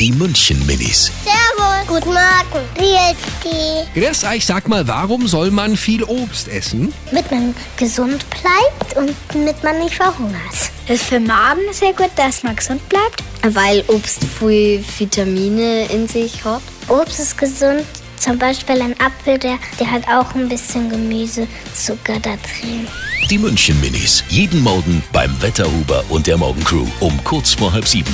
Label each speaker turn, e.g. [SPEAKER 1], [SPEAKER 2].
[SPEAKER 1] Die München Minis.
[SPEAKER 2] Servus. Guten Morgen. Wie ist die?
[SPEAKER 1] Grüß euch, sag mal, warum soll man viel Obst essen?
[SPEAKER 2] Damit man gesund bleibt und damit man nicht verhungert.
[SPEAKER 3] Ist für Magen sehr gut, dass man gesund bleibt.
[SPEAKER 4] Weil Obst viel Vitamine in sich hat.
[SPEAKER 2] Obst ist gesund. Zum Beispiel ein Apfel, der, der hat auch ein bisschen Gemüsezucker da drin.
[SPEAKER 1] Die München Minis. Jeden Morgen beim Wetterhuber und der Morgencrew um kurz vor halb sieben.